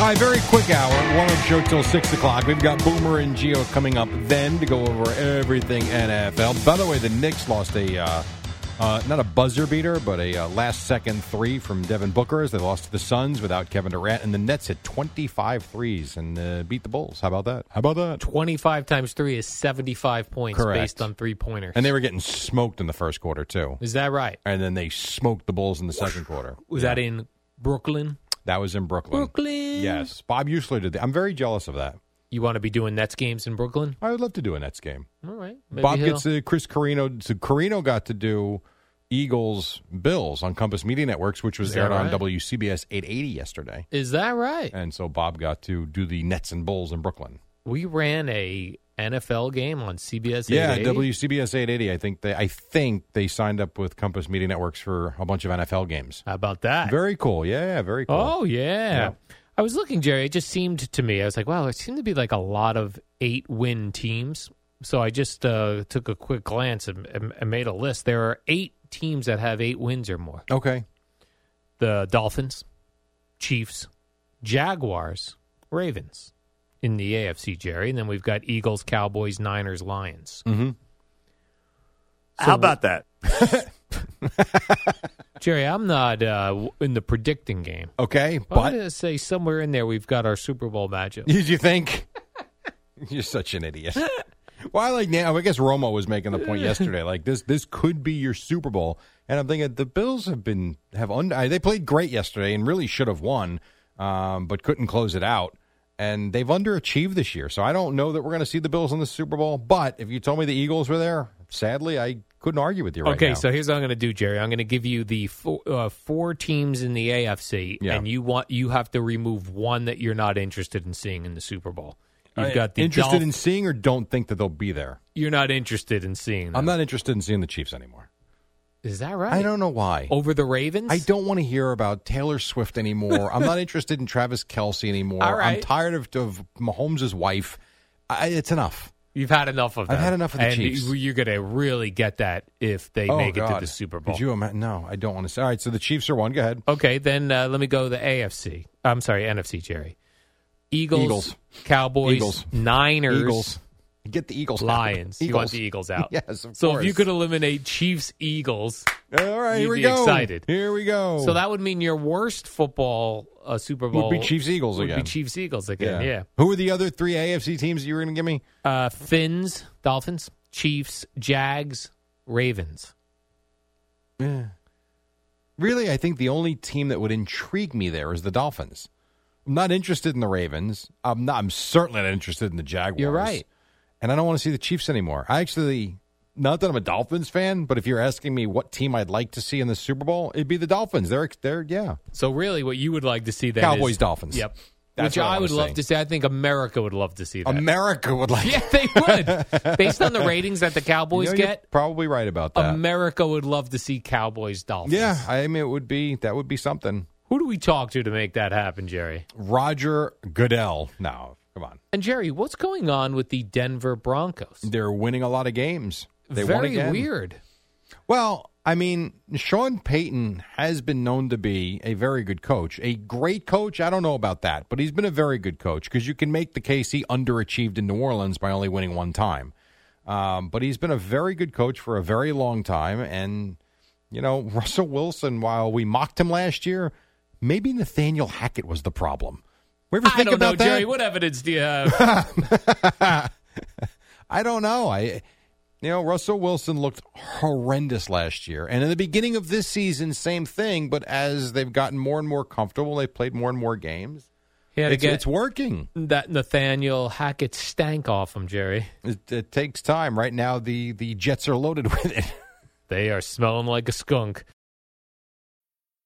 All right, very quick hour. One of show till six o'clock. We've got Boomer and Geo coming up then to go over everything NFL. By the way, the Knicks lost a uh, uh, not a buzzer beater, but a uh, last second three from Devin Booker as they lost to the Suns without Kevin Durant, and the Nets hit 25 threes and uh, beat the Bulls. How about that? How about that? 25 times 3 is 75 points Correct. based on three pointers. And they were getting smoked in the first quarter too, is that right? and then they smoked the Bulls in the second quarter. Was that in Brooklyn? That was in Brooklyn. Brooklyn. um, Yes, Bob Usler did that. I'm very jealous of that. You want to be doing Nets games in Brooklyn? I would love to do a Nets game. All right. Maybe Bob he'll- gets uh, Chris Carino. So Carino got to do Eagles Bills on Compass Media Networks, which was Is that aired on right? WCBS 880 yesterday. Is that right? And so Bob got to do the Nets and Bulls in Brooklyn. We ran a NFL game on CBS. Yeah, 880. WCBS 880. I think they I think they signed up with Compass Media Networks for a bunch of NFL games. How about that? Very cool. Yeah, yeah, very cool. Oh yeah. Yeah. I was looking, Jerry. It just seemed to me. I was like, wow, there seemed to be like a lot of eight-win teams. So I just uh, took a quick glance and, and, and made a list. There are eight teams that have eight wins or more: Okay. the Dolphins, Chiefs, Jaguars, Ravens in the AFC, Jerry. And then we've got Eagles, Cowboys, Niners, Lions. Mm-hmm. How about that? Jerry, I'm not uh, w- in the predicting game. Okay, I'm but going to say somewhere in there we've got our Super Bowl matchup. Did you think? You're such an idiot. Well, I like now. I guess Romo was making the point yesterday. Like this, this could be your Super Bowl. And I'm thinking the Bills have been have un, I- they played great yesterday and really should have won, um, but couldn't close it out. And they've underachieved this year. So I don't know that we're going to see the Bills in the Super Bowl. But if you told me the Eagles were there, sadly, I couldn't argue with you. Right okay, now. so here's what I'm going to do, Jerry. I'm going to give you the four, uh, four teams in the AFC, Yeah. and you want you have to remove one that you're not interested in seeing in the Super Bowl. Uh, You've got the interested Dolph- in seeing or don't think that they'll be there. you're not interested in seeing. Them. I'm not interested in seeing the Chiefs anymore. Is that right? I don't know why. Over the Ravens, I don't want to hear about Taylor Swift anymore. I'm not interested in Travis Kelsey anymore. All I'm right. tired of, of Mahomes' wife. I, it's enough. You've had enough of that. I've had enough of the and Chiefs. you- You're going to really get that if they oh, make it to God. the Super Bowl. Could you imagine? No, I don't want to. Say. All right, so the Chiefs are one. Go ahead. Okay, then uh, let me go the AFC. I'm sorry, NFC, Jerry. Eagles, Eagles. Cowboys, Eagles. Niners, Eagles. Get the Eagles. out. Lions. You Eagles. want the Eagles out. Yes, of so course. if you could eliminate Chiefs, Eagles, All right, here You'd we be go. excited. Here we go. so that would mean your worst football uh, Super Oh. would Bowl be Chiefs Eagles would again. be Chiefs Eagles again. Yeah. Who are the other three AFC teams you were going to give me? Uh, Finns, Dolphins, Chiefs, Jags, Ravens. Really, I think the only team that would intrigue me there is the Dolphins. I'm not interested in the Ravens. I'm not. I'm certainly not interested in the Jaguars. You're right. And I don't want to see the Chiefs anymore. I actually, not that I'm a Dolphins fan, but if you're asking me what team I'd like to see in the Super Bowl, it'd be the Dolphins. They're, they're yeah. So really, what you would like to see then Cowboys, is- Dolphins. Yep. That's Which what I I would wanna love see. to see. I think America would love to see that. America would like. yeah, they would. Based on the ratings that the You Cowboys know, you're get, probably right about that. America would love to see Cowboys Dolphins. yeah, I mean, it would be that would be something. Who do we talk to to make that happen, Jerry? Roger Goodell. No, come on. And Jerry, what's going on with the Denver Broncos? They're winning a lot of games. They Very won again. weird. Well, I mean, Sean Payton has been known to be a very good coach. A great coach, I don't know about that, but he's been a very good coach because you can make the case he underachieved in New Orleans by only winning one time. Um, but he's been a very good coach for a very long time. And, you know, Russell Wilson, while we mocked him last year, maybe Nathaniel Hackett was the problem. We ever I think don't know, about that? Jerry. What evidence do you have? I don't know. I You know, Russell Wilson looked horrendous last year. And in the beginning of this season, same thing, but as they've gotten more and more comfortable, they've played more and more games. He had It's, to get it's working. that Nathaniel Hackett stank off him, Jerry. It, it takes time. Right now, the, the Jets are loaded with it. They are smelling like a skunk.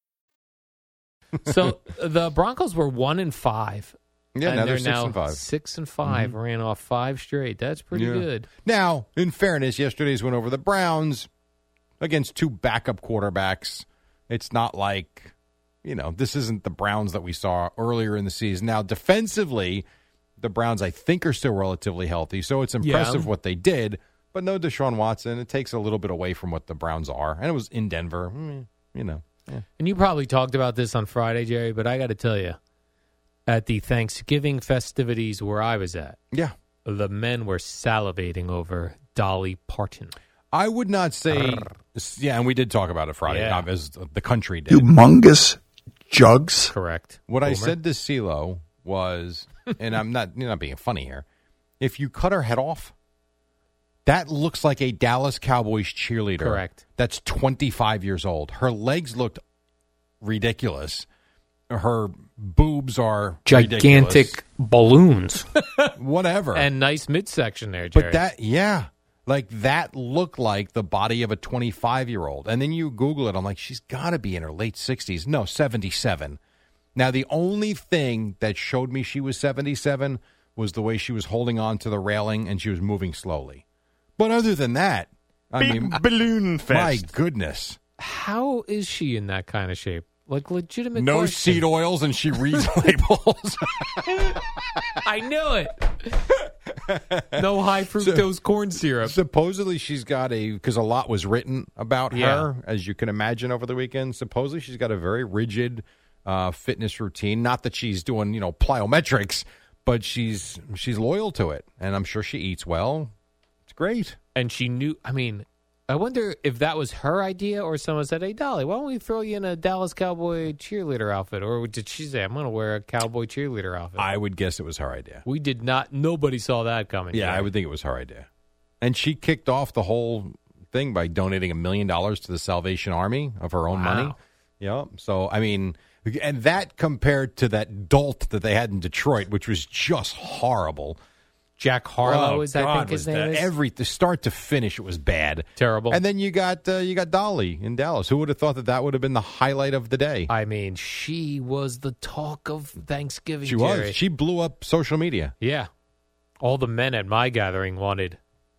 So the Broncos were one and five. Yeah, and now they're they're six now and five. Mm-hmm. Six and 5 ran off five straight. That's pretty Yeah. good. Now, in fairness, yesterday's win over the Browns against two backup quarterbacks. It's not like, you know, this isn't the Browns that we saw earlier in the season. Now, defensively, the Browns, I think, are still relatively healthy. So it's impressive what they did, but no Deshaun Watson. It takes a little bit away from what the Browns are. And it was in Denver, Mm, you know. And you probably talked about this on Friday, Jerry, but I got to tell you, at the Thanksgiving festivities where I was at, Yeah. the men were salivating over Dolly Parton. I would not say. Yeah, and we did talk about it Friday, Yeah. not as the country did. humongous jugs. Correct. What I Boomer. said to CeeLo was, and I'm not you're not being funny here. If you cut her head off, that looks like a Dallas Cowboys cheerleader. Correct. That's 25 years old. Her legs looked ridiculous. Her boobs are gigantic ridiculous. balloons Whatever. and nice midsection there, Jerry. but that, yeah, like that looked like the body of a 25 year old. And then you Google it. I'm like, she's got to be in her late 60s. No, 77. Now, the only thing that showed me she was 77 was the way she was holding on to the railing and she was moving slowly. But other than that, I Big mean, balloon my fest. goodness. how is she in that kind of shape? Like legitimate. No question. seed oils and she reads labels. I knew it. no high fructose corn syrup. Supposedly she's got a because a lot was written about Yeah. her, as you can imagine over the weekend. Supposedly she's got a very rigid uh, fitness routine. Not that she's doing you know plyometrics, but she's she's loyal to it, and I'm sure she eats well. It's great. and she knew. I mean, I wonder if that was her idea or someone said, "Hey, Dolly, why don't we throw you in a Dallas Cowboy cheerleader outfit?" Or did she say, "I'm going to wear a cowboy cheerleader outfit"? I would guess it was her idea. we did not. Nobody saw that coming. Yeah, Jerry. I would think it was her idea, and she kicked off the whole thing by donating a million dollars to the Salvation Army of her own money. Wow. Yeah. So I mean, and that compared to that dolt that they had in Detroit, which was just horrible. Jack Harlow Oh, is, I God, think his was that- name is. Every the start to finish, it was bad, Terrible. And then you got uh, you got Dolly in Dallas. Who would have thought that that would have been the highlight of the day? I mean, she was the talk of Thanksgiving. she Jerry. was. She blew up social media. yeah. All the men at my gathering wanted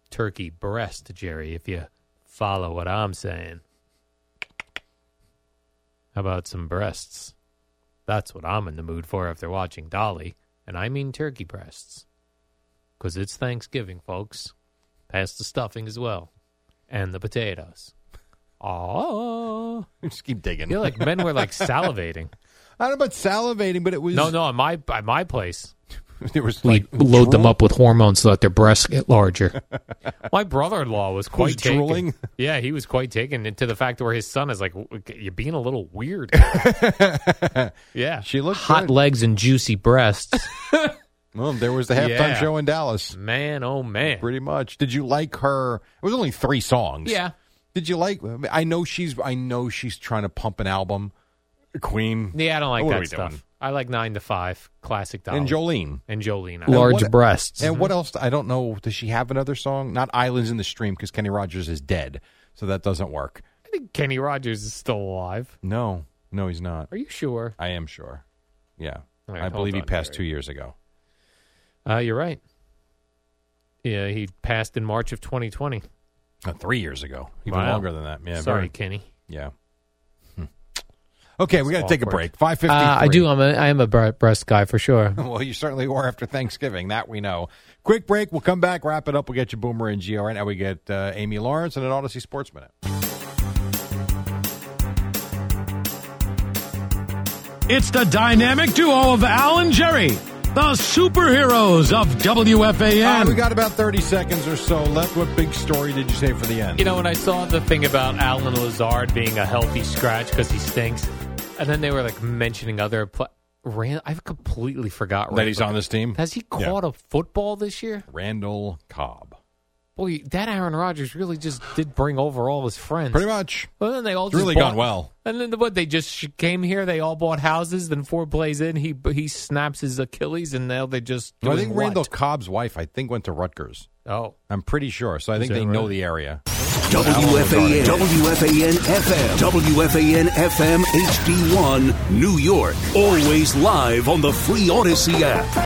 turkey breast, Jerry. If you follow what I'm saying, how about some breasts? That's what I'm in the mood for after watching Dolly, and I mean turkey breasts, because it's Thanksgiving, folks. Pass the stuffing as well, and the potatoes. Oh, Just keep digging. you're like men were like salivating. I don't know about salivating, but it was No, no, at my at my place, There was like like load them drool- up with hormones so that their breasts get larger. my brother-in-law was quite Was taken. drooling? Yeah, he was quite taken into the fact where his son is like, "W- "You're being a little weird." yeah, She looked hot good. legs and juicy breasts. Well, there was the halftime Yeah. show in Dallas. man, oh man. Pretty much. Did you like her? It was only three songs. Yeah, Did you like? I know she's. I know she's trying to pump an album. Queen. yeah, I don't like What are that we stuff. doing? I like nine to five classic dollar And Jolene. and Jolene. Large Large what- breasts. And what else? I don't know. Does she have another song? Not Islands in the Stream because Kenny Rogers is dead, so that doesn't work. I think Kenny Rogers is still alive. No, no, he's not. Are you sure? I am sure. Yeah, All right, I hold believe he on, passed Jerry. two years ago. Uh, you're right. Yeah, he passed in March of 2020. Uh, three years ago, even Wow. longer than that. Yeah, Sorry, very- Kenny. yeah. Hmm. Okay, we got to take a awkward. break. Five fifty. Uh, I do. I'm a, I am a bre- breast guy for sure. Well, you certainly were after Thanksgiving. That we know. Quick break. We'll come back, wrap it up. We'll get you Boomer and Gio. Right now, we get uh, Amy Lawrence and an Odyssey Sports Minute. It's the dynamic duo of Al and Jerry, the superheroes of Uh, WFAN. we got about thirty seconds or so left. What big story did you say for the end? You know, when I saw the thing about Alan Lazard being a healthy scratch because he stinks, and then they were like mentioning other pla Ran- I've completely forgot that he's Randall. on this team. Has he Yeah. caught a football this year? Randall Cobb. Boy, that Aaron Rodgers really just did bring over all his friends. Pretty much. Well, then they all It's just really bought- gone well. And then what? They just sh- came here. They all bought houses. Then four plays in, he he snaps his Achilles, and now they just. I doing think what? Randall Cobb's wife, I think, went to Rutgers. Oh, I'm pretty sure. So I think that they know right? the area. WFAN, WFAN FM, WFAN FM HD1, New York. Always live on the free Odyssey app.